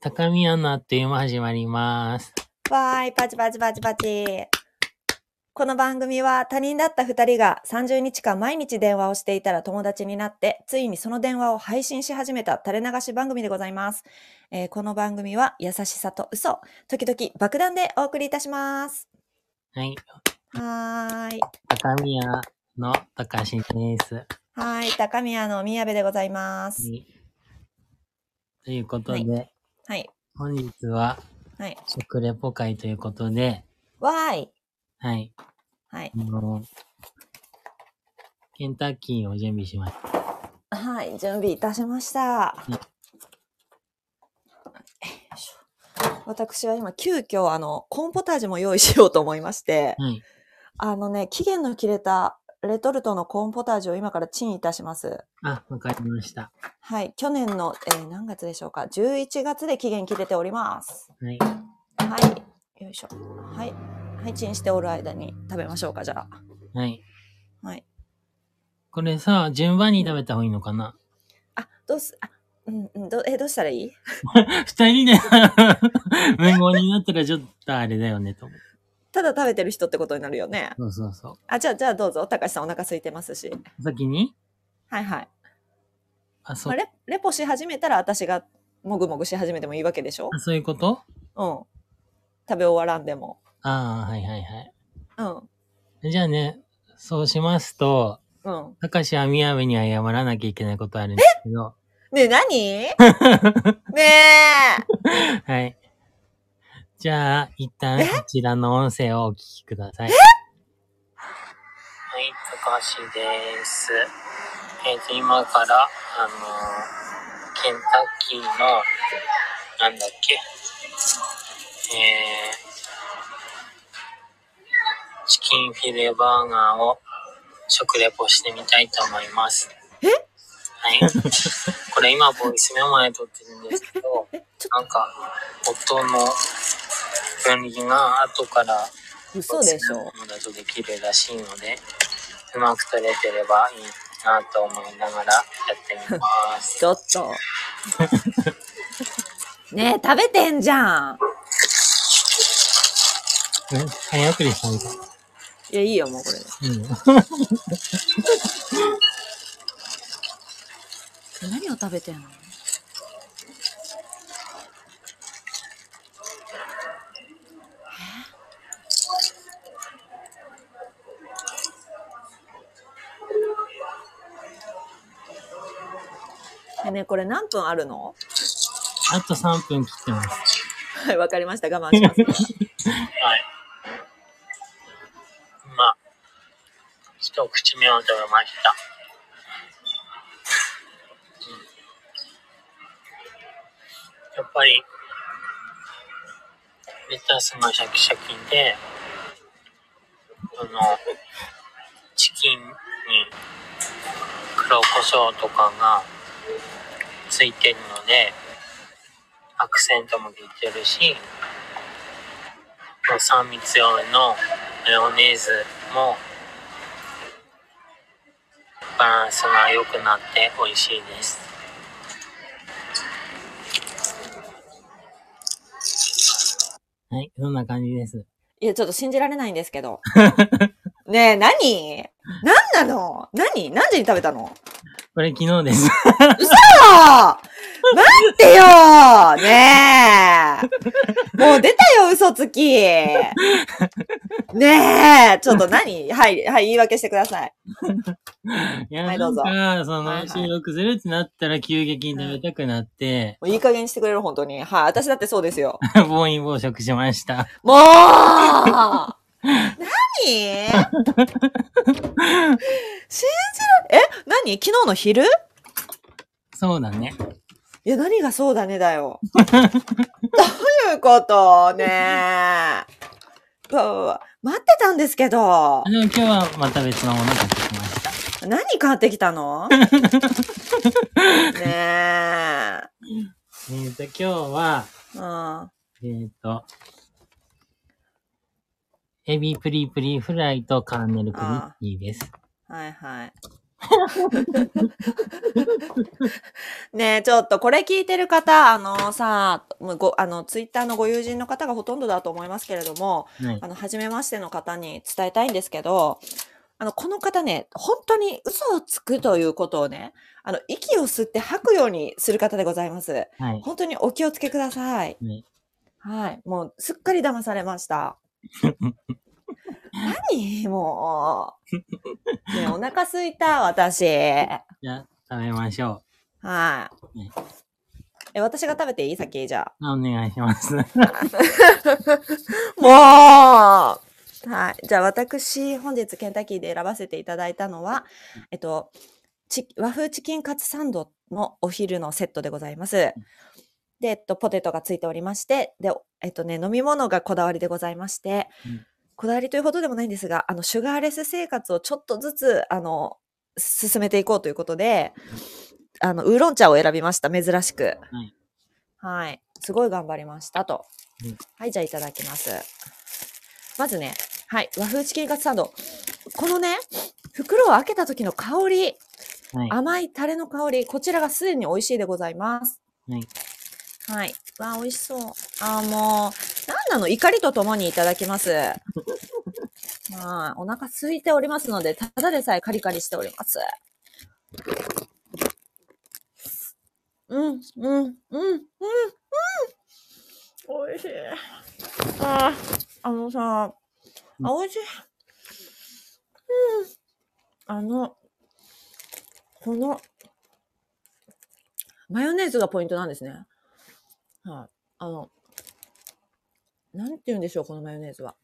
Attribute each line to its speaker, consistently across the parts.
Speaker 1: 高宮のあっという間始まります。
Speaker 2: わーい、パチパチパチパチ。この番組は他人だった2人が30日間毎日電話をしていたら友達になって、ついにその電話を配信し始めた垂れ流し番組でございます。えーこの番組は優しさと嘘、時々爆弾でお送りいたします。
Speaker 1: はい。
Speaker 2: はーい。
Speaker 1: 高宮の高橋です。は
Speaker 2: はーい、高宮の宮部でございます。
Speaker 1: いということで、
Speaker 2: はい。
Speaker 1: 本日は
Speaker 2: はい。
Speaker 1: 食レポ会ということで、
Speaker 2: わーい。
Speaker 1: はい。
Speaker 2: はい。
Speaker 1: あの、ケンタッキーを準備しました。
Speaker 2: はい、準備いたしました。
Speaker 1: うん
Speaker 2: よいしょ私は今、急遽、あの、コーンポタージュも用意しようと思いまして、
Speaker 1: はい。
Speaker 2: あのね、期限の切れたレトルトのコーンポタージュを今からチンいたします。
Speaker 1: あ、わかりました。
Speaker 2: はい、去年の、えー何月でしょうか、11月で期限切れております。
Speaker 1: はい。
Speaker 2: はい、よいしょ。はい、はい、チンしておる間に食べましょうか、じゃあ。
Speaker 1: はい。
Speaker 2: はい。
Speaker 1: これさ、順番に食べた方がいいのかな
Speaker 2: あ、どうす、あ、うん、うん、ど、え、どうしたらいい
Speaker 1: 二人で 無言になったらちょっとあれだよね、と思う。
Speaker 2: ただ食べてる人ってことになるよね。
Speaker 1: そうそうそ
Speaker 2: あ、じゃあ、じゃあどうぞ。たかしさんお腹空いてますし。
Speaker 1: う。先に
Speaker 2: はいはい。
Speaker 1: あ、そ
Speaker 2: まあ、
Speaker 1: う。
Speaker 2: レレポし始めたら私がもぐもぐし始めてもいいわけでしょ
Speaker 1: あ、そういうこと
Speaker 2: うん。食べ終わらんでも。
Speaker 1: ああ、はいはいは
Speaker 2: うん。
Speaker 1: い。じゃあね、そうしますと、
Speaker 2: うん。
Speaker 1: たかしはみやべに謝らなきゃいけないことあるんですけど、
Speaker 2: ねえ、何ねえ
Speaker 1: はい。じゃあ、一旦
Speaker 2: え
Speaker 1: こちらの音声をお聞きください。はい、高橋です。えっ、と、今から、あのーケンタッキーの、なんだっけ、えー、チキンフィレバーガーを食レポしてみたいと思います。
Speaker 2: え
Speaker 1: はい。これ今、ボイスメモで撮ってるんですけど、
Speaker 2: え、ちょ
Speaker 1: なんか、音の分離が後から、
Speaker 2: っと、嘘でしょ。
Speaker 1: 友達とできるらしいので、うまく取れてればいいなと思いながらやってみます。
Speaker 2: ちょっと。ねえ、食べてんじゃん。
Speaker 1: え早送りしたみたい。
Speaker 2: いや、いいよ、もうこれで。何を食べてんのえねえこれ何分あるの
Speaker 1: あと3分切ってます。
Speaker 2: はい、わかりました。我慢し ます。
Speaker 1: はい。今、一口目を食べました。うんやっぱり、レタスがシャキシャキで、あの、チキンに黒胡椒とかがついてるので、アクセントも効いてるし、三密用のマヨネーズもバランスが良くなって美味しいです。はい、そんな感じです。
Speaker 2: いや、ちょっと信じられないんですけ ど。ねえ、何何なの何何時に食べたの
Speaker 1: これ昨日です。
Speaker 2: なんてよねえもう出たよ、嘘つきねえちょっと何はい、はい、言い訳してください。
Speaker 1: いや、
Speaker 2: はい
Speaker 1: な
Speaker 2: ど
Speaker 1: ん
Speaker 2: うぞ
Speaker 1: か、そ
Speaker 2: はいは
Speaker 1: の、
Speaker 2: い
Speaker 1: 収録するってなったら急激に食べたくなって、
Speaker 2: もういい加減にしてくれる、本当に。はい、私だってそうですよ。
Speaker 1: 暴飲暴食しました。
Speaker 2: もう何信じらえ何昨日の昼
Speaker 1: そうだね。
Speaker 2: いや、何がそうだねだよ。どういうことねえ。わわわ待ってたんですけど
Speaker 1: あ。でも今日はまた別のもの買ってきました。
Speaker 2: 何買ってきたのねえ。
Speaker 1: えっ、と、今日は、
Speaker 2: うん。
Speaker 1: えっ、と、エビプリプリフライとカーネルクリッキーです。
Speaker 2: はいはい。ねえ、ちょっとこれ聞いてる方、あのさ、もうご、あの、ツイッターのご友人の方がほとんどだと思いますけれども、
Speaker 1: はい
Speaker 2: あの、初めましての方に伝えたいんですけど、あの、この方ね、本当に嘘をつくということをね、あの、息を吸って吐くようにする方でございます。
Speaker 1: はい。
Speaker 2: 本当にお気をつけください。
Speaker 1: はい
Speaker 2: はい。もう、すっかり騙されました。何もう。ねえ、お腹すいた、私。
Speaker 1: じゃあ、食べましょ
Speaker 2: はい
Speaker 1: ね。
Speaker 2: え、私が食べていい先じゃ
Speaker 1: う。あお願いし ます。
Speaker 2: あ。もうはい。じゃあ私、本日ケンタッキーで選ばせていただいたのは、えっと、チ和風チキンカツサンドのお昼のセットでございます。で、えっと、ポテトがついておりまして、で、えっとね、飲み物がこだわりでございまして、
Speaker 1: うん
Speaker 2: こだわりというほどでもないんですが、あの、シュガーレス生活をちょっとずつ、あの、進めていこうということで、あの、ウーロン茶を選びました、珍しく。
Speaker 1: はい
Speaker 2: はい。すごい頑張りましたと。
Speaker 1: うん
Speaker 2: はい、じゃあいただきます。まずね、はい、和風チキンカツサンド。このね、袋を開けた時の香り、
Speaker 1: はい。
Speaker 2: 甘いタレの香り、こちらがすでに美味しいでございます。
Speaker 1: はい。
Speaker 2: はい。わあ、美味しそう。あーもう、なんなの怒りとともにいただ きます。まあ、お腹空いておりますので、ただでさえカリカリしております。うん、うん、うん、うん、うん。美味しい。ああ、あのさ、あ、美味しい。うん。あの、この、マヨネーズがポイントなんですね。はい。あの、なんて言うんでしょう、このマヨネーズは。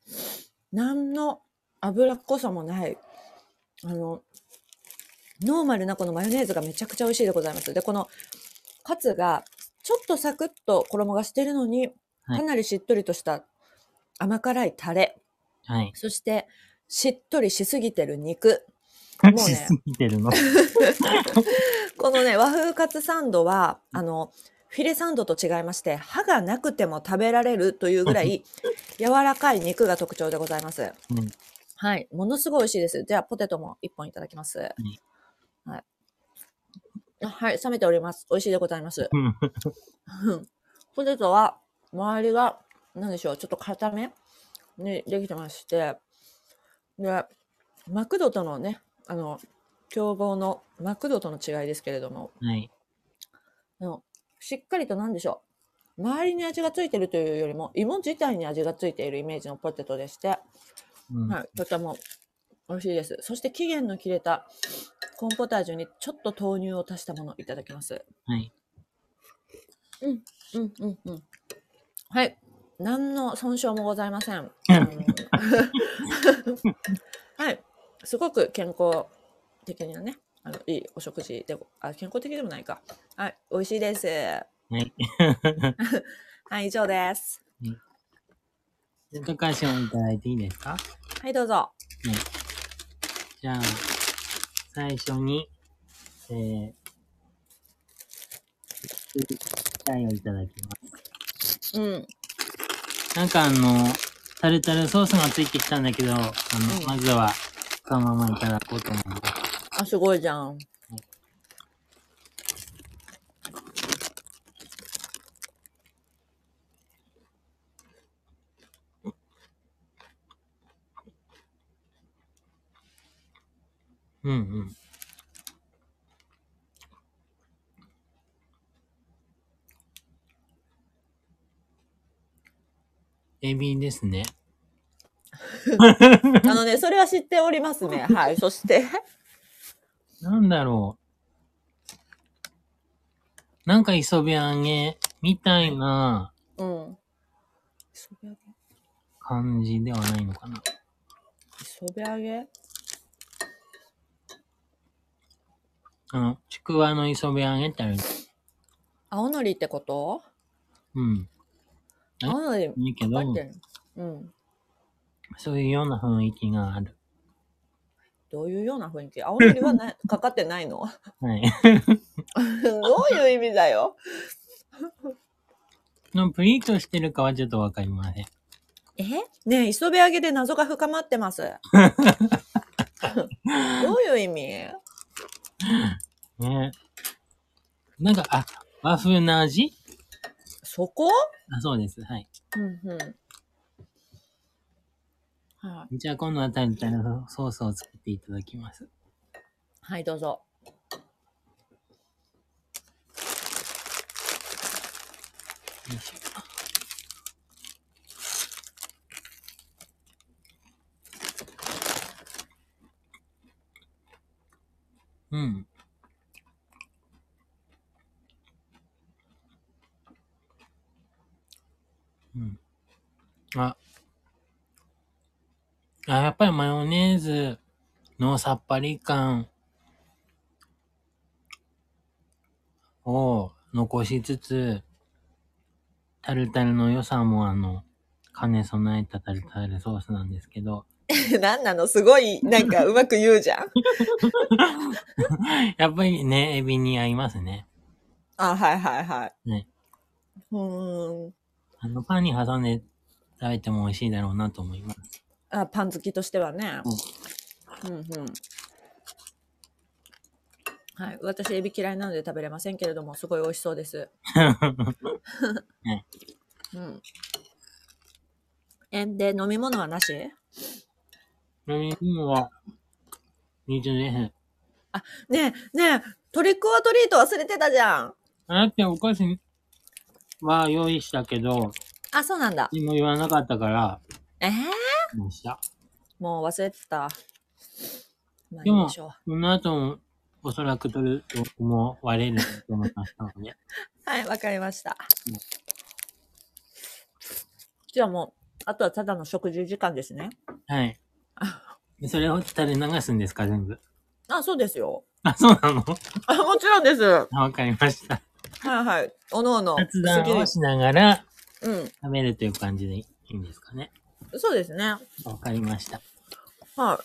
Speaker 2: 何の脂っこさもない。あの、ノーマルなこのマヨネーズがめちゃくちゃ美味しいでございます。で、このカツが、ちょっとサクッと衣がしてるのに、
Speaker 1: はい
Speaker 2: かなりしっとりとした甘辛いタレ、
Speaker 1: はい。
Speaker 2: そして、しっとりしすぎてる肉。うね
Speaker 1: 隠しすぎてるの。
Speaker 2: このね、和風カツサンドは、あの、フィレサンドと違いまして、歯がなくても食べられるというぐらい、柔らかい肉が特徴でございます。
Speaker 1: うん
Speaker 2: はい。ものすごい美味しいです。じゃあ、ポテトも一本いただきます。はい。あはい、冷めております。美味しいでございます。
Speaker 1: うん
Speaker 2: うんポテトは、周りが、なんでしょう、ちょっと固めにできてまして、で、マクドとのね、あの、競合のマクドとの違いですけれども、
Speaker 1: はい。
Speaker 2: あのしっかりと何でしょう周りに味がついてるというよりも芋自体に味がついているイメージのポテトでして、
Speaker 1: うん
Speaker 2: はい、とても美味しいですそして期限の切れたコーンポタージュにちょっと豆乳を足したものをいただきます
Speaker 1: はい。
Speaker 2: うんうんうんはい何の損傷もございませんあのはいすごく健康的なねあのいいお食事でごあ健康的でもないかはい美味しいです
Speaker 1: はい。
Speaker 2: はい以上です
Speaker 1: じゃあ高橋をいただいていいですか
Speaker 2: はい、どうぞ。
Speaker 1: じゃあ、最初に、えー、機械をいただきま
Speaker 2: うん。
Speaker 1: す。なんかあの、タルタルソースがついてきたんだけど、あの、
Speaker 2: うん
Speaker 1: まずは、そのままいただこうと思います。
Speaker 2: あ、すごいじゃん。
Speaker 1: うんうん。エビですね。
Speaker 2: あのね、それは知っておりますね。はい。そして、
Speaker 1: なんだろう。なんか磯辺揚げみたいな
Speaker 2: うん。磯辺揚げ
Speaker 1: 感じではないのかな。
Speaker 2: 磯辺揚げ
Speaker 1: あの、ちくわの磯辺揚げってある。
Speaker 2: 青のりってこと
Speaker 1: うん。え
Speaker 2: 青のり、
Speaker 1: いいけど
Speaker 2: かか、ってるうん。
Speaker 1: そういうような雰囲気がある。
Speaker 2: どういうような雰囲気青のりはなかかってないの
Speaker 1: はい。
Speaker 2: どういう意味だよ。
Speaker 1: のプリートしてるかはちょっとわかりません。
Speaker 2: えねえ、磯辺揚げで謎が深まってます。どういう意味
Speaker 1: ねなんか、あ、和風な味
Speaker 2: そこ
Speaker 1: あ、そうです。はい。
Speaker 2: うんうん。はい。
Speaker 1: じゃあ今度あたりからソースを作っていただきます。
Speaker 2: はい、どうぞ。
Speaker 1: よいしょうん。うん。あ。あ、やっぱりマヨネーズのさっぱり感を残しつつ、タルタルの良さもあの、兼ね備えたタルタルソースなんですけど、
Speaker 2: 何なのすご い、なんかうまく言うじゃん。
Speaker 1: やっぱりね、エビに合いますね。
Speaker 2: あ、はいはいはい。
Speaker 1: ね
Speaker 2: うーん。
Speaker 1: あの、パンに挟んで食べても美味しいだろうなと思います。
Speaker 2: あ、パン好きとしてはね。うんうん。はい。私、エビ嫌いなので食べれませんけれども、すごい美味しそう です。うん。え、で、飲み物はなし
Speaker 1: 飲み物は、水です。
Speaker 2: ねえ、ねえ、トリックオアトリート忘れてたじゃん。
Speaker 1: あなたお菓子は用意したけど、
Speaker 2: あ、そうなんだ。
Speaker 1: 何も言わなかったから、
Speaker 2: えー、
Speaker 1: ました。
Speaker 2: もう忘れてた。まあい
Speaker 1: でも
Speaker 2: いでしょう。
Speaker 1: この後も、おそらく取ると思われると思いましたので。
Speaker 2: はい、わかりました
Speaker 1: うん。
Speaker 2: じゃあもう、あとはただの食事時間ですね。
Speaker 1: はい。それを垂れ流すんですか、全部。
Speaker 2: あ、そうですよ。
Speaker 1: あ、そうなの
Speaker 2: あ、もちろんです。は
Speaker 1: あわかりました。
Speaker 2: いはい。おのおの。
Speaker 1: 雑
Speaker 2: 好
Speaker 1: 談
Speaker 2: きで
Speaker 1: をしながら
Speaker 2: うん。
Speaker 1: 食べるという感じでいいんですかね。
Speaker 2: そうですね。
Speaker 1: わかりました。
Speaker 2: は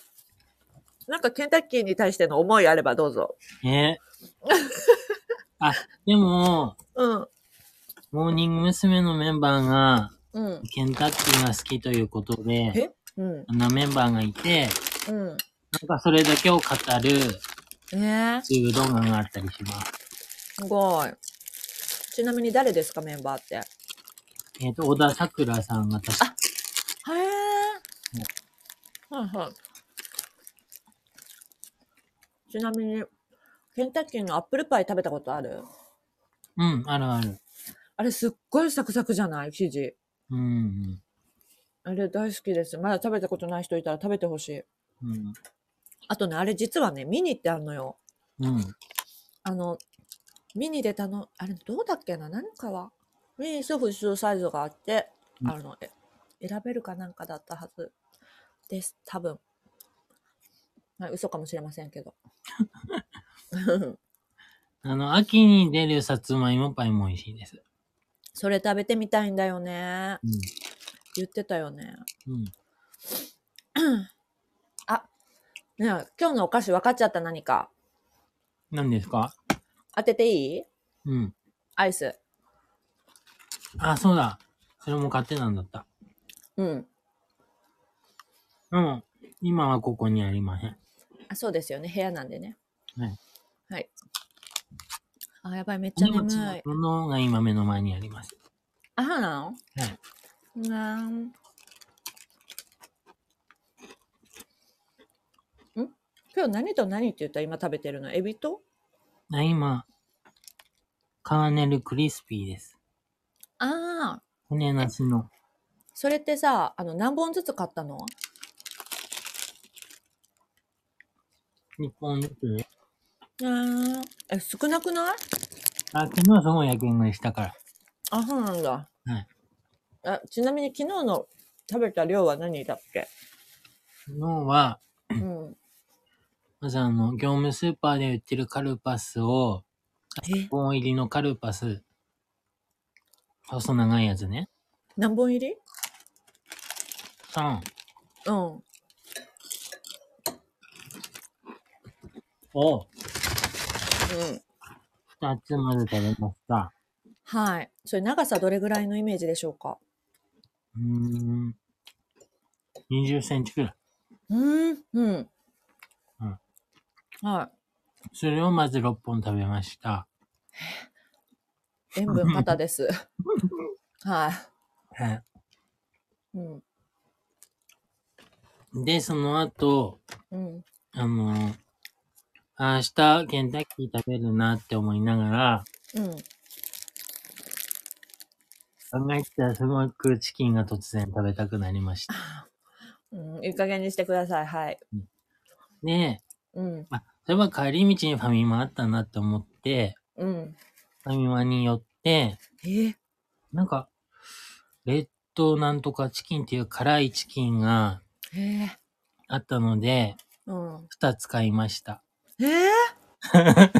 Speaker 2: い。なんかケンタッキーに対しての思いあればどうぞ。
Speaker 1: えーあ、でも、
Speaker 2: うん。
Speaker 1: モーニング娘。のメンバーが、
Speaker 2: うん。
Speaker 1: ケンタッキーが好きということで、
Speaker 2: えうん。
Speaker 1: あのメンバーがいて、
Speaker 2: うん。
Speaker 1: なんかそれだけを語る
Speaker 2: ねえ
Speaker 1: YouTube 動画があったりします。
Speaker 2: すごい。ちなみに誰ですか、メンバーって。へ
Speaker 1: えっ、と、小田さくらさんが確か、
Speaker 2: え。はいはい。ちなみに、ケンタッキーのアップルパイ食べたことある
Speaker 1: うん、あるある。
Speaker 2: あれすっごいサクサクじゃない生地。
Speaker 1: うん、
Speaker 2: あれ大好きです。まだ食べたことない人いたら食べてほしい。
Speaker 1: うん、
Speaker 2: あとね、あれ実はね、ミニってあるのよ。
Speaker 1: うん、うん、
Speaker 2: あの、ミニで頼む、あれどうだっけな何かは。ミニと普通サイズがあって、
Speaker 1: うん
Speaker 2: あの、え選べるかなんかだったはずです。多分。はい、嘘かもしれませんけど。
Speaker 1: あの、秋に出るさつまいもパイも美味しいです。
Speaker 2: それ食べてみたいんだよね。
Speaker 1: う
Speaker 2: 言ってたよね。
Speaker 1: ん、うん。
Speaker 2: あ、ねえ今日のお菓子分かっちゃった何か。
Speaker 1: 何ですか
Speaker 2: 当てていい
Speaker 1: うん。
Speaker 2: アイス。
Speaker 1: あ、そうだ。それも買ってなんだった。
Speaker 2: うん。
Speaker 1: うん。今はここにありません。
Speaker 2: あ、そうですよね。部屋なんでね。
Speaker 1: はい。
Speaker 2: はい。あ、やばい、めっちゃ
Speaker 1: 荷
Speaker 2: 眠
Speaker 1: 物の
Speaker 2: い。
Speaker 1: ものが今目の前にあります。
Speaker 2: あ、そうなの
Speaker 1: はい。
Speaker 2: なん。ん今日何と何って言った今食べてるのエビと
Speaker 1: あ今、カーネルクリスピーです。
Speaker 2: ああ。
Speaker 1: 骨なしの。
Speaker 2: それってさ、あの、何本ずつ買ったの
Speaker 1: 日本ですね。
Speaker 2: うん。え、少なくない
Speaker 1: あ、昨日はすごい夜勤がしたから。
Speaker 2: あ、そうなんだ。
Speaker 1: はい。
Speaker 2: あちなみに昨日の食べた量は何だっけ
Speaker 1: 昨日は、
Speaker 2: うん。
Speaker 1: まずあの、業務スーパーで売ってるカルパスを、
Speaker 2: え
Speaker 1: 本入りのカルパス、細長いやつね。
Speaker 2: 何本入り
Speaker 1: 3
Speaker 2: うん。
Speaker 1: を
Speaker 2: うん。
Speaker 1: 2つまず食べました。
Speaker 2: はい。それ長さどれぐらいのイメージでしょうか
Speaker 1: うーん。20センチくらい。
Speaker 2: うーん。うん。
Speaker 1: うん
Speaker 2: はい。
Speaker 1: それをまず6本食べました。
Speaker 2: 塩分過多 です。は。
Speaker 1: はい
Speaker 2: うん。
Speaker 1: い。で、その後、
Speaker 2: うん。
Speaker 1: あの、あ明日ケンタッキー食べるなって思いながら、
Speaker 2: うん。
Speaker 1: 考えてたらすごくチキンが突然食べたくなりました。
Speaker 2: うん、いい加減にしてください。はい。
Speaker 1: で、
Speaker 2: うん。
Speaker 1: あ、そういえば帰り道にファミマあったなって思って、
Speaker 2: うん。
Speaker 1: ファミマに寄って、
Speaker 2: え
Speaker 1: なんか、レッドなんとかチキンっていう辛いチキンが
Speaker 2: ええ
Speaker 1: あったので、
Speaker 2: うん。
Speaker 1: 2つ買いました。
Speaker 2: えーえー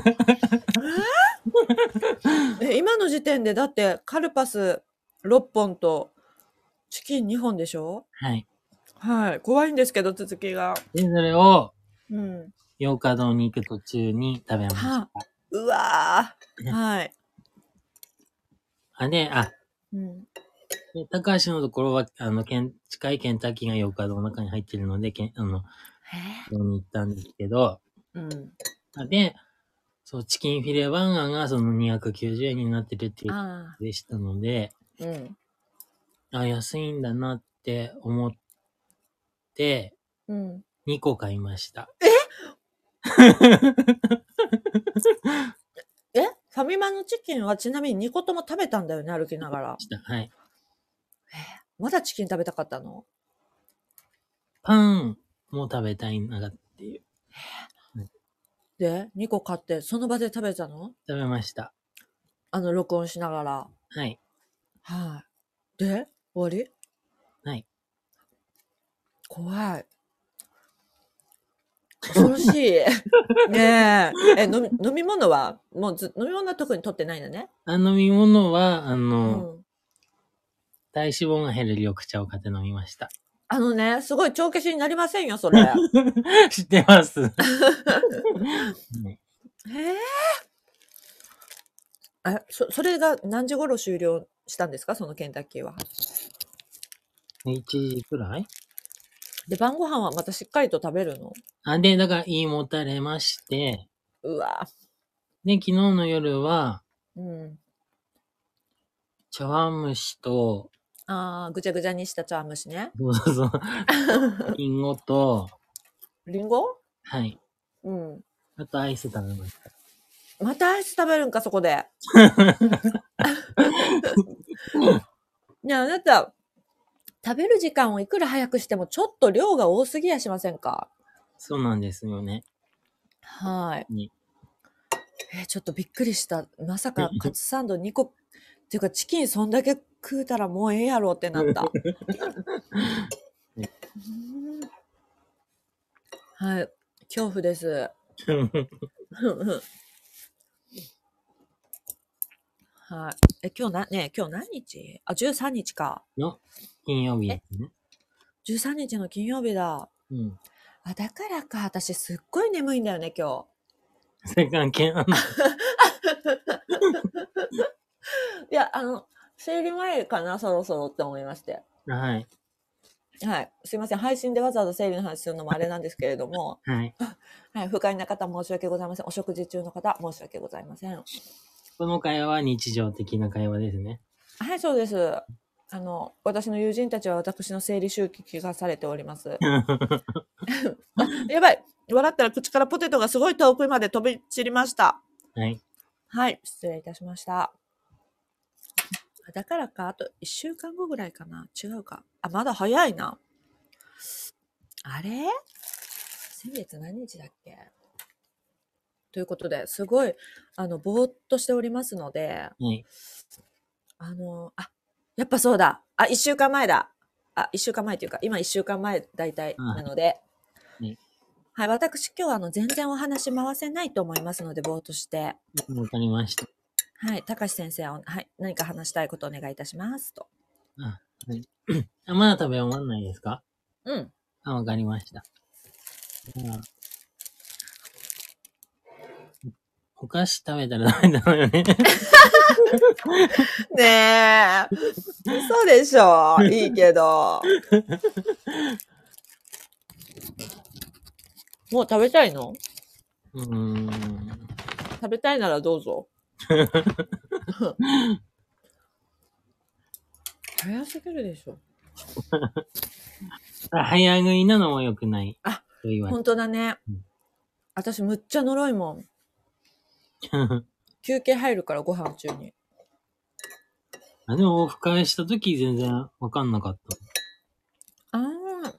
Speaker 2: え今の時点でだってカルパス6本とチキン2本でしょ
Speaker 1: はい。
Speaker 2: はい。怖いんですけど、続きが。
Speaker 1: で、それを、
Speaker 2: うん。
Speaker 1: ヨーカドーに行く途中に食べました。
Speaker 2: はあ、うわーはい。
Speaker 1: あ、で、あ、
Speaker 2: うん。
Speaker 1: で高橋のところは、あの、ケン近いケンタッキーがヨーカドーの中に入ってるので、ケンあの、そこに行ったんですけど、
Speaker 2: うん。
Speaker 1: あで、そう、チキンフィレバーガーがその290円になってるっていうこ
Speaker 2: あ
Speaker 1: とでしたので、
Speaker 2: あ。うん。
Speaker 1: あ、安いんだなって思って、
Speaker 2: うん。
Speaker 1: 2個買いました。
Speaker 2: えファミマのチキンはちなみに2個とも食べたんだよね、歩きながら。
Speaker 1: したはい。
Speaker 2: まだチキン食べたかったの
Speaker 1: パンも食べたいなっていう。
Speaker 2: で、2個買って、その場で食べたの
Speaker 1: 食べました。
Speaker 2: あの、録音しながら。
Speaker 1: はい。
Speaker 2: はい。で、終わり
Speaker 1: はい。
Speaker 2: 怖い。恐ろし い。ねえ。え、飲み飲み物は、もうず飲み物は特に取ってないんだね。
Speaker 1: あ飲み物は、あ
Speaker 2: う
Speaker 1: の、
Speaker 2: ん。
Speaker 1: 体脂肪が減る緑茶を買って飲みました。
Speaker 2: あのね、すごい帳消しになりませんよ、それ。へ
Speaker 1: 知ってます。ね
Speaker 2: え。え、そ、それが何時頃終了したんですかそのケンタッキーは。
Speaker 1: 1時くらい
Speaker 2: で、晩ご飯はまたしっかりと食べるの
Speaker 1: あ、で、だから胃もたれまして、
Speaker 2: うわ
Speaker 1: で、昨日の夜は、
Speaker 2: うん。
Speaker 1: 茶碗蒸しと、
Speaker 2: ああ、ぐちゃぐちゃにした茶碗蒸しね。
Speaker 1: そうそうそう、リンゴと、
Speaker 2: りんご
Speaker 1: はい。
Speaker 2: うん。
Speaker 1: あとアイス食べました。
Speaker 2: またアイス食べるんか、そこで。ねえあなた、食べる時間をいくら早くしても、ちょっと量が多すぎやしませんか
Speaker 1: そうなんですよね。
Speaker 2: はい
Speaker 1: に。
Speaker 2: えーちょっとびっくりした。まさか、カツサンド2個、っていうか、チキンそんだけ食うたらもうええやろってなった。うーんはい。恐怖です。はい。え、今日な、ねえ今日何日あ、13日か。
Speaker 1: 金曜日ですね。
Speaker 2: 13日の金曜日だ。
Speaker 1: うん。
Speaker 2: あ、だからか。私すっごい眠いんだよね、今
Speaker 1: それ関係ない。
Speaker 2: 日。いや、あの、生理前かな、そろそろって思いまして。
Speaker 1: はい。
Speaker 2: はい。すいません。配信でわざわざ生理の話するのもあれなんですけれども、
Speaker 1: はい。
Speaker 2: はい。不快な方申し訳ございません。お食事中の方申し訳ございません。
Speaker 1: この会話は日常的な会話ですね。
Speaker 2: はい、そうです。あの、私の友人たちは私の生理周期気がされております。あやばい。笑ったら口からポテトがすごい遠くまで飛び散りました。
Speaker 1: はい。
Speaker 2: はい、失礼いたしました。あだからか、あと1週間後ぐらいかな。違うか。あ、まだ早いな。あれ先月何日だっけということで、すごい、あの、ぼーっとしておりますので、
Speaker 1: はい。
Speaker 2: あの、あ、やっぱそうだ。あ、一週間前だ。あ、一週間前というか、今一週間前大体
Speaker 1: うん
Speaker 2: なので。
Speaker 1: ね
Speaker 2: はい、私今日はあの、全然お話回せないと思いますので、ぼーっとして。
Speaker 1: わかりました。
Speaker 2: はい、高橋先生は、はい、何か話したいことお願いいたします。と。
Speaker 1: あ、まだ食べ終わんないですか
Speaker 2: うん。
Speaker 1: あ、わかりました。じゃあお菓子食べたらダメだろうよね。
Speaker 2: ねえ。そうでしょ う。いいけど。もう食べたいの
Speaker 1: うーん。
Speaker 2: 食べたいならどう ぞ。早すぎるでしょ。
Speaker 1: 早食いなのも良くない。
Speaker 2: あ、
Speaker 1: と言われ
Speaker 2: 本当だね
Speaker 1: うん。
Speaker 2: 私むっちゃ呪いもん。
Speaker 1: た。
Speaker 2: 休憩入るからご飯中に。
Speaker 1: あでも、オフ会した時全然わかんなかった。
Speaker 2: ああ。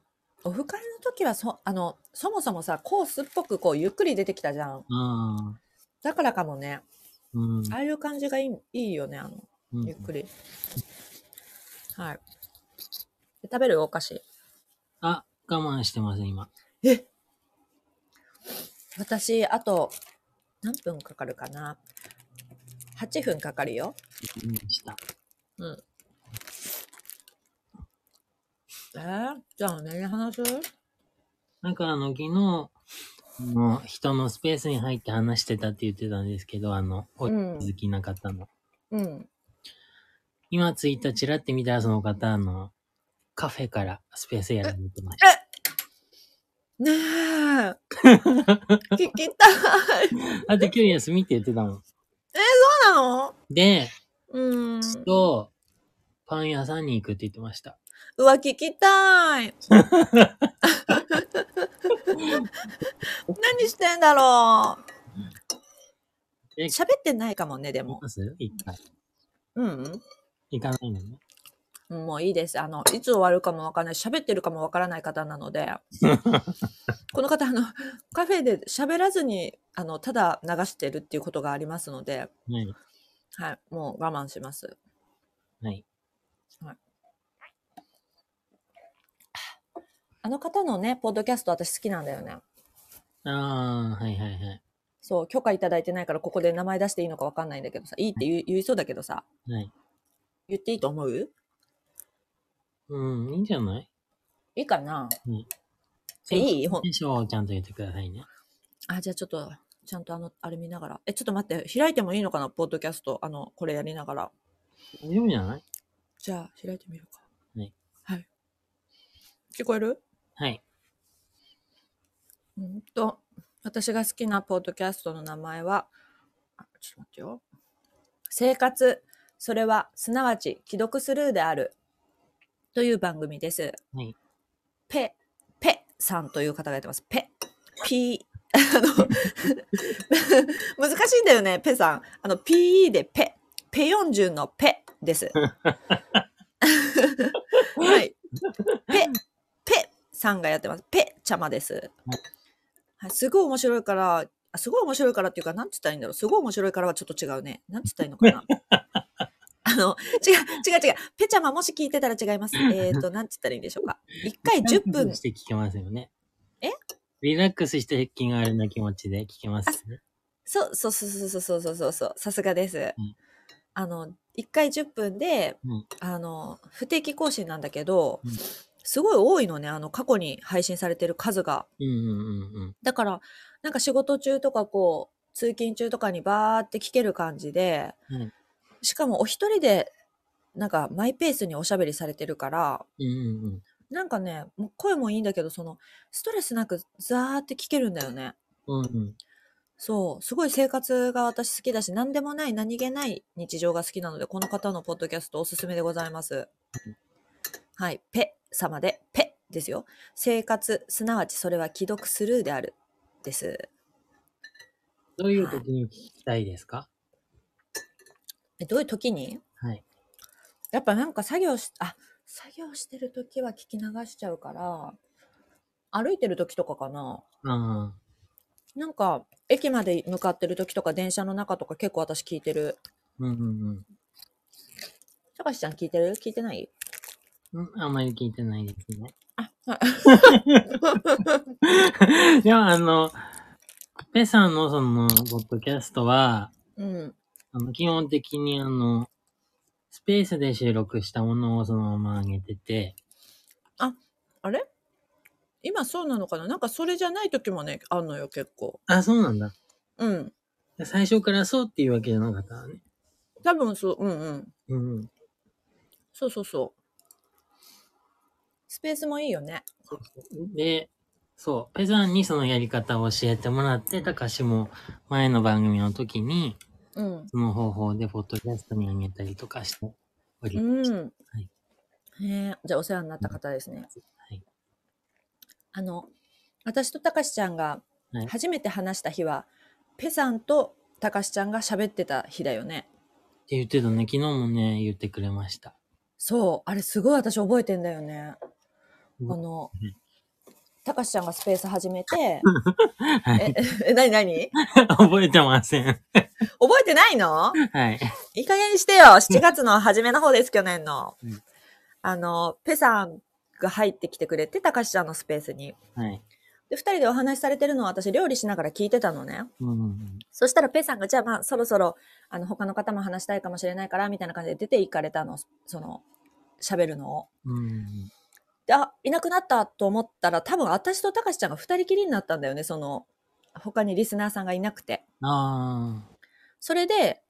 Speaker 2: オフ会の時はそ、あの、そもそもさ、コースっぽくこうゆっくり出てきたじゃん。
Speaker 1: ああ。
Speaker 2: だからかもね。
Speaker 1: うん。
Speaker 2: ああいう感じがいいいいよね、あの、
Speaker 1: うん
Speaker 2: ゆっくり。はい。で食べるお菓子。
Speaker 1: あ、我慢してます、今。
Speaker 2: え私、あと、何分かかるかな ?8 分かかるよ。
Speaker 1: うんした。
Speaker 2: うん。えー、じゃあ何話す
Speaker 1: なんかあの、昨日、あの人のスペースに入って話してたって言ってたんですけど、あの、お
Speaker 2: うん
Speaker 1: 気づきなかったの。
Speaker 2: うん。
Speaker 1: 今ツイッターチラって見たらその方、あの、カフェからスペースやられてまし
Speaker 2: ねえ。聞きたい。そ
Speaker 1: た。あと今日休みって言ってたもん。
Speaker 2: うなの
Speaker 1: で、
Speaker 2: うん。
Speaker 1: と、パン屋さんに行くって言ってました。
Speaker 2: うわ、聞きたい。何してんだろう
Speaker 1: え。
Speaker 2: 喋ってないかもね、で
Speaker 1: 行き
Speaker 2: も。
Speaker 1: ます一回。
Speaker 2: うん、
Speaker 1: 行かないのね。
Speaker 2: うん。もういいです。あの、いつ終わるかもわからない。喋ってるかもわからない方なの で。この方、あの、カフェで喋らずに、あの、ただ流してるっていうことがありますので、
Speaker 1: はい。
Speaker 2: はい、もう我慢します。
Speaker 1: はい。
Speaker 2: あの方のね、ポッドキャスト私好きなんだよね。
Speaker 1: ああ、はいはいはい。
Speaker 2: そう、許可いただいてないから、ここで名前出していいのかわかんないんだけどさ、いいって言い言いそうだけどさ、
Speaker 1: はい。
Speaker 2: 言っていいと思う
Speaker 1: うん、いいんじゃない
Speaker 2: いいかな
Speaker 1: うん
Speaker 2: えいいほん
Speaker 1: 選手をちゃんと言ってくださいね。
Speaker 2: あ、じゃあちょっと、ちゃんとあの、あれ見ながら。え、ちょっと待って、開いてもいいのかなポッドキャスト。あの、これやりながら。
Speaker 1: 大丈夫じゃない
Speaker 2: じゃあ、開いてみるか。
Speaker 1: はい。
Speaker 2: はい。聞こえる
Speaker 1: はい。
Speaker 2: うんと、私が好きなポッドキャストの名前は、あちょっと待ってよ。生活、それは、すなわち、既読スルーである。という番組です。
Speaker 1: はい
Speaker 2: ペ、ペさんという方がやってます。ペ、ピー、あの、 難しいんだよね、ペさん。あの、PE でペ、ペヨンジュンのペです。はい。ペ、ペさんがやってます。ペちゃまです。はい、すごい面白いから、あすごい面白いからっていうか、なんつったらいいんだろう。すごい面白いからはちょっと違うね。なんつったらいいのかな。あの、違う、違う、違う。ペちゃまもし聞いてたら違います。えっ、ー、と、なんつったらいいんでしょうか。一回10
Speaker 1: リラッ
Speaker 2: 分
Speaker 1: クスして聞けますよね。
Speaker 2: え
Speaker 1: リラックスして気軽な気持ちで聞けますね。
Speaker 2: そうそうそうそうそうそうそうそうさすがです、
Speaker 1: ん
Speaker 2: あの1回10分で、
Speaker 1: うん
Speaker 2: あの不定期更新なんだけど、
Speaker 1: うん
Speaker 2: すごい多いのねあの過去に配信されてる数が
Speaker 1: うんうんうんうん。
Speaker 2: だからなんか仕事中とかこう通勤中とかにバーって聞ける感じで、
Speaker 1: うん
Speaker 2: しかもお一人でなんかマイペースにおしゃべりされてるから
Speaker 1: うんうんうん。
Speaker 2: なんかねもう声もいいんだけどそのストレスなくザーって聞けるんだよね
Speaker 1: うんうん。
Speaker 2: そう、すごい生活が私好きだし、何でもない、何気ない日常が好きなので、この方のポッドキャストおすすめでございます。はい、ペ様で、ペですよ。生活、すなわちそれは既読スルーである、です。
Speaker 1: どういう時に聞きたいですか
Speaker 2: えどういう時に
Speaker 1: はい。
Speaker 2: やっぱなんか作業し、あ、作業してる時は聞き流しちゃうから、歩いてる時とかかな。
Speaker 1: ああ。
Speaker 2: なんか、駅まで向かってる時とか、電車の中とか結構私聞いてる。
Speaker 1: うんうん
Speaker 2: 高橋ちゃん聞いてる聞いてない
Speaker 1: うん。うん、あんまり聞いてないです ね。
Speaker 2: あ、はい。
Speaker 1: でもあの、ペさんのその、ポッドキャストは、
Speaker 2: うん。
Speaker 1: あの基本的にあの、スペースで収録したものをそのまま上げてて、
Speaker 2: あれ今そうなのかななんかそれじゃない時もね、あんのよ、結構。
Speaker 1: あ、そうなんだ。
Speaker 2: うん。
Speaker 1: 最初からそうっていうわけじゃなかったのね。
Speaker 2: 多分そう、うんうん。
Speaker 1: うんうん。
Speaker 2: そうそうそう。スペースもいいよね。
Speaker 1: で、そう、ペザンにそのやり方を教えてもらって、たかしも前の番組の時に、
Speaker 2: うん。
Speaker 1: その方法でポッドキャストに上げたりとかしておりま
Speaker 2: う
Speaker 1: した。
Speaker 2: ん。
Speaker 1: はい
Speaker 2: ねえじゃあお世話になった方ですね。
Speaker 1: はい
Speaker 2: あの、私とたかしちゃんが
Speaker 1: はい
Speaker 2: 初めて話した日は、ペさんとたかしちゃんが喋ってた日だよね。
Speaker 1: って言ってたね、昨日もね、言ってくれました。
Speaker 2: そう、あれすごい私覚えてんだよね。
Speaker 1: うん
Speaker 2: あの
Speaker 1: うん、
Speaker 2: たかしちゃんがスペース始めて、
Speaker 1: はい
Speaker 2: え。、え、なになに
Speaker 1: 覚えてません。
Speaker 2: 覚えてないの
Speaker 1: はい。
Speaker 2: いい加減にしてよ !7 月の初めの方です、去年の
Speaker 1: うん。
Speaker 2: あの、ペさんが入ってきてくれて、たかしちゃんのスペースに。
Speaker 1: はい。
Speaker 2: で、二人でお話しされてるのを私、料理しながら聞いてたのね。
Speaker 1: うんうん
Speaker 2: そしたらペさんが、じゃあまあ、そろそろ、あの、他の方も話したいかもしれないから、みたいな感じで出て行かれたの、その、喋るのを。
Speaker 1: うん。うんうん
Speaker 2: で、あ、いなくなったと思ったら、多分私とたかしちゃんが二人きりになったんだよね、その、他にリスナーさんがいなくて。
Speaker 1: うん。ああ。
Speaker 2: それで、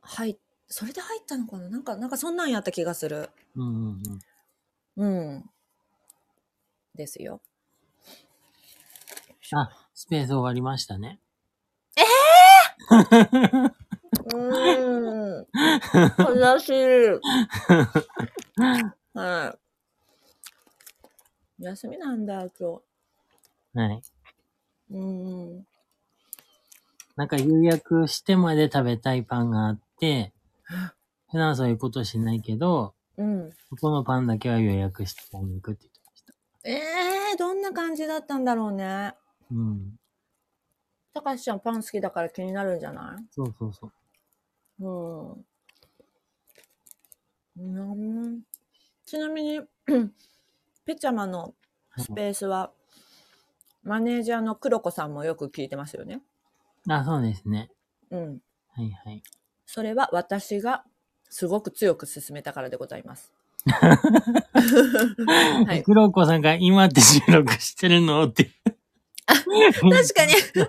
Speaker 2: はい、それで入ったのかななんか、なんかそんなんやった気がする。
Speaker 1: うんうんうん。
Speaker 2: うん。ですよ。
Speaker 1: あ、スペース終わりましたね。
Speaker 2: うーん。悲しい。はい。休みなんだ、今
Speaker 1: はい。
Speaker 2: 日。うーん。
Speaker 1: なんか予約してまで食べたいパンがあって、普段そういうことしないけど、
Speaker 2: うん。
Speaker 1: ここのパンだけは予約して買いに行くって言ってました。
Speaker 2: ええー、どんな感じだったんだろうね。
Speaker 1: うん。
Speaker 2: たかしちゃんパン好きだから気になるんじゃない
Speaker 1: そうそうそう。
Speaker 2: うん。うん、ちなみに、ぺちゃまのスペースは、マネージャーの黒子さんもよく聞いてますよね。
Speaker 1: あ、そうですね。
Speaker 2: うん。
Speaker 1: はいはい。
Speaker 2: それは私がすごく強く勧めたからでございます。はい。
Speaker 1: 黒子さんが今って収録してるのって。
Speaker 2: 確かに、
Speaker 1: 本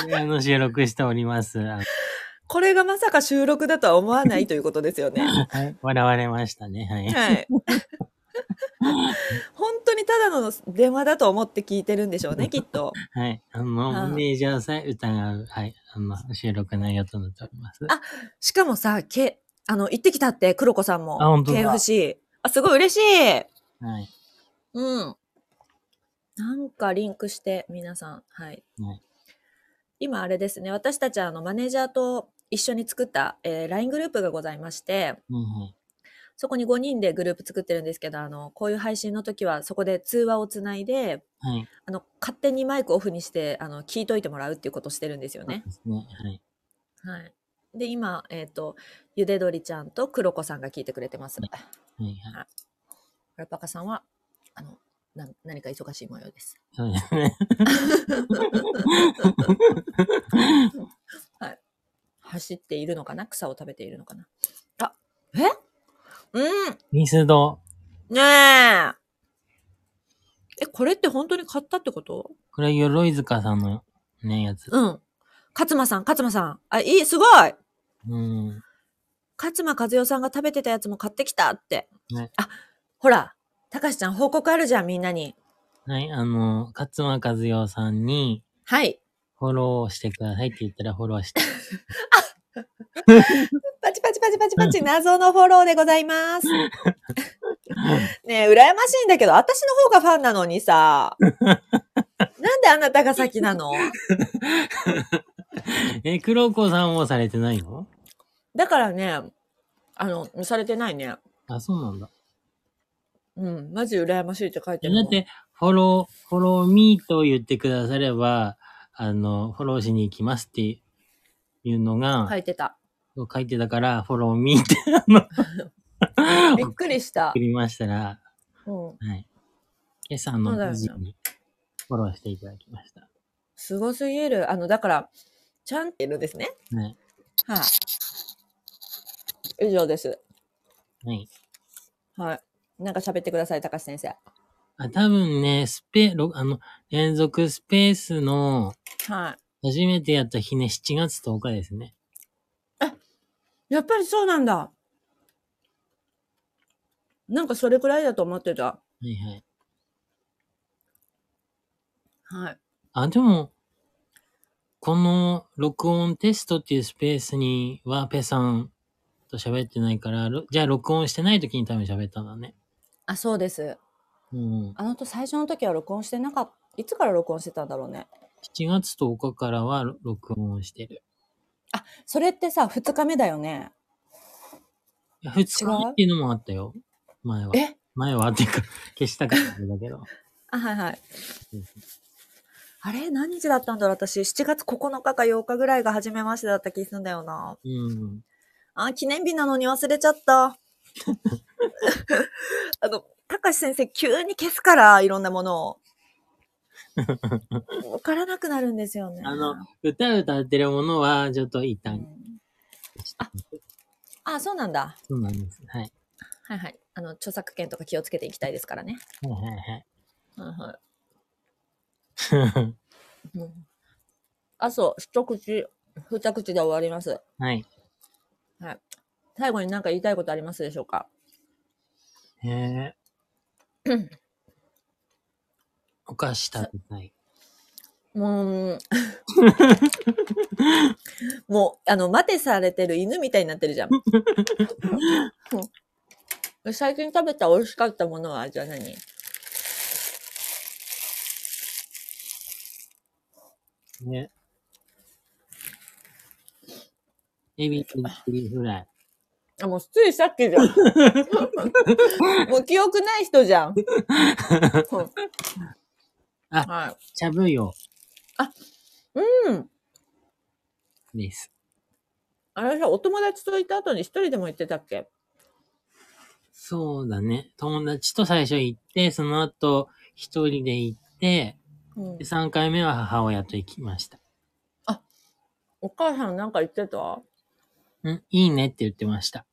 Speaker 1: 当にあの収録しております。あ
Speaker 2: これがまさか収録だとは思わないということですよね。
Speaker 1: はい笑われましたね。はい。
Speaker 2: はい。本当にただの電話だと思って聞いてるんでしょうね、きっと。
Speaker 1: はい。あの、マネージャーさえ疑う、はい。あの、収録内容となっております。
Speaker 2: あしかもさ、け、あの、行ってきたって、黒子さんも。
Speaker 1: あ本当だ
Speaker 2: KFC。あ、すごい嬉しい。
Speaker 1: はい。
Speaker 2: うん。なんかリンクして、皆さん。はい。
Speaker 1: はい
Speaker 2: 今、あれですね。私たち、あの、マネージャーと一緒に作った、えー LINE グループがございまして、
Speaker 1: はいはい。
Speaker 2: そこに5人でグループ作ってるんですけど、あの、こういう配信の時は、そこで通話をつないで、
Speaker 1: はい。
Speaker 2: あの、勝手にマイクオフにして、あの、聞いといてもらうっていうことをしてるんですよね。
Speaker 1: ですね。はい。
Speaker 2: はい。で、今、えっ、と、ゆでどりちゃんと黒子さんが聞いてくれてます。
Speaker 1: はいはい。
Speaker 2: アルパカさんは、あの、な何か忙しい模様です。
Speaker 1: そうですね。
Speaker 2: 走っているのかな草を食べているのかなあ、えうん
Speaker 1: ミスド。
Speaker 2: ねええ、これって本当に買ったってこと
Speaker 1: これ、鎧塚さんのね、やつ。
Speaker 2: うん。勝間さん、勝間さん。あ、いい、すごい
Speaker 1: うん。
Speaker 2: 勝間和代さんが食べてたやつも買ってきたって。
Speaker 1: ね
Speaker 2: あ、ほら、たかしちゃん報告あるじゃん、みんなに。
Speaker 1: はい。あの、勝間和代さんに、
Speaker 2: はい。
Speaker 1: フォローしてくださいって言ったらフォローして。
Speaker 2: パチパチパチパチパチ、謎のフォローでござい ます。ねえ、羨ましいんだけど、私の方がファンなのにさ。なんであなたが先なの
Speaker 1: え、黒子さんもされてないの
Speaker 2: だからね、あの、されてないね。
Speaker 1: あ、そうなんだ。
Speaker 2: うん、マジ羨ましいって書いて
Speaker 1: だ
Speaker 2: るもん。
Speaker 1: って、フォロー、フォローミーと言ってくだされば、あの、フォローしに行きますっていうのが、
Speaker 2: 書いてた。
Speaker 1: 書いてたから、フォローミーって、あの、
Speaker 2: びっくりした
Speaker 1: 送。りましたら、
Speaker 2: うん。
Speaker 1: はい。今朝の
Speaker 2: そうだよ
Speaker 1: 9
Speaker 2: ね
Speaker 1: 時にフォローしていただきました。
Speaker 2: すごすぎる。あの、だから、ちゃんっているんですね。
Speaker 1: はい。
Speaker 2: はい、以上です。
Speaker 1: はい。
Speaker 2: はい。なんか喋ってください、高橋先生。
Speaker 1: あ、多分ね、スペ、ろあの、連続スペースの、
Speaker 2: は
Speaker 1: 初めてやった日ね、7月10日ですね。
Speaker 2: い。やっぱりそうなんだ。なんかそれくらいだと思ってた。
Speaker 1: はいはい。
Speaker 2: はい。
Speaker 1: あ、でも、この録音テストっていうスペースにワーペさんと喋ってないから、ろじゃあ録音してない時に多分喋ったんだね。
Speaker 2: あ、そうです。
Speaker 1: うん。
Speaker 2: あのと最初の時は録音してなかった。いつから録音してたんだろうね。
Speaker 1: 7月10日からはろ録音してる。
Speaker 2: それってさ、2日目だよね。
Speaker 1: いや、2日目っていうのもあったよ。前は。
Speaker 2: え
Speaker 1: 前はっていうか、 消したからあれだけど。
Speaker 2: あ、はいはい
Speaker 1: うん。
Speaker 2: あれ何日だったんだろう私、7月9日か8日ぐらいが初めましてだった気すんだよな。
Speaker 1: うん。
Speaker 2: あ、記念日なのに忘れちゃった。 あの、たかし先生、急に消すから、いろんなもの を。わからなくなるんですよね。
Speaker 1: あの、歌歌ってるものは、ちょっと一
Speaker 2: う
Speaker 1: 旦、
Speaker 2: んあ、そうなんだ。
Speaker 1: そうなんです。はい。
Speaker 2: はいはい。あの、著作権とか気をつけていきたいですからね。
Speaker 1: はいはい
Speaker 2: はいは。
Speaker 1: はい
Speaker 2: あ、そう、一口、二口で終わります。
Speaker 1: い。はい。
Speaker 2: 最後に何か言いたいことありますでしょうか
Speaker 1: へえ。お菓子食べたい。
Speaker 2: も う、もう、あの、待てされてる犬みたいになってるじ ゃん。うん最近食べた美味しかったものは、じゃあ何
Speaker 1: ね。エビチリフライ。
Speaker 2: あ、もう、ついさっき じゃん。もう、記憶ない人じ ゃん。うん
Speaker 1: あ
Speaker 2: は
Speaker 1: しゃぶよ
Speaker 2: い。うん。
Speaker 1: です。
Speaker 2: あれさ、お友達といた後に一人でも行ってたっけ
Speaker 1: そうだね。友達と最初行って、その後一人で行って、
Speaker 2: うん
Speaker 1: で、3回目は母親と行きました。
Speaker 2: お母さんなんか言ってた
Speaker 1: うん、いいねって言ってました。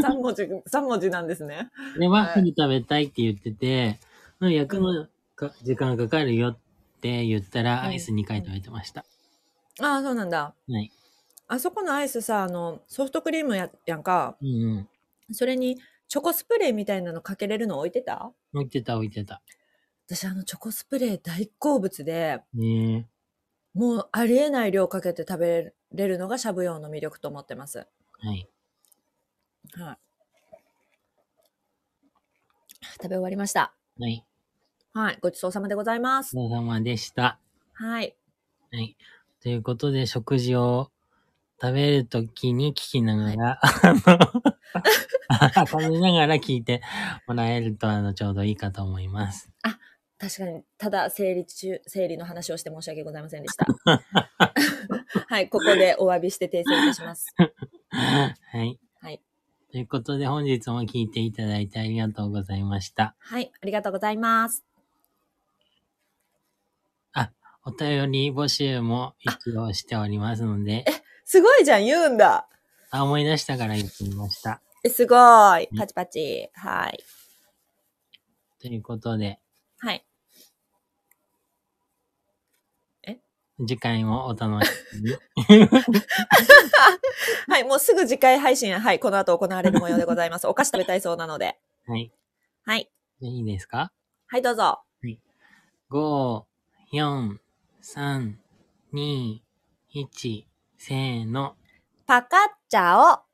Speaker 2: 三文字、三文字なんですね。
Speaker 1: これワッフル食べたいって言ってて、うん焼くのか時間かかるよって言ったら、
Speaker 2: うん
Speaker 1: アイス2回食べてました。
Speaker 2: ああ、そうなんだ。
Speaker 1: はい。
Speaker 2: あそこのアイスさ、あの、ソフトクリームややんか。
Speaker 1: うんうん。
Speaker 2: それに、チョコスプレーみたいなのかけれるの置いてた
Speaker 1: 置いてた置いてた。
Speaker 2: 私、あの、チョコスプレー大好物で、
Speaker 1: ね
Speaker 2: もう、ありえない量かけて食べれるのがしゃぶ用の魅力と思ってます。
Speaker 1: え。はい。
Speaker 2: はい。食べ終わりました。
Speaker 1: はい。
Speaker 2: はい。ごちそうさまでございます。
Speaker 1: お疲れ様でした。
Speaker 2: はい。
Speaker 1: はい。ということで、食事を食べるときに聞きながら、 あの、 食べながら聞いてもらえると、あの、ちょうどいいかと思います。
Speaker 2: 確かに、ただ生理中、生理の話をして申し訳ございませんでした。はい、ここでお詫びして訂正いたします。
Speaker 1: はい。
Speaker 2: はい。
Speaker 1: ということで、本日も聞いていただいてありがとうございました。
Speaker 2: はい、ありがとうございます。
Speaker 1: お便り募集も一応しておりますので、
Speaker 2: すごいじゃん、言うんだ。
Speaker 1: あ、思い出したから言ってみました。
Speaker 2: えすごい。パチパチ。はい。
Speaker 1: ということで、
Speaker 2: はい。
Speaker 1: 次回もお楽しみに。
Speaker 2: はい、もうすぐ次回配信、はい、この後行われる模様でございます。お菓子食べたいそうなので。
Speaker 1: はい。
Speaker 2: はい。
Speaker 1: じゃあいいですか
Speaker 2: はい、どうぞ。
Speaker 1: 5、4、3、2、1、せーの。
Speaker 2: パカッチャオ。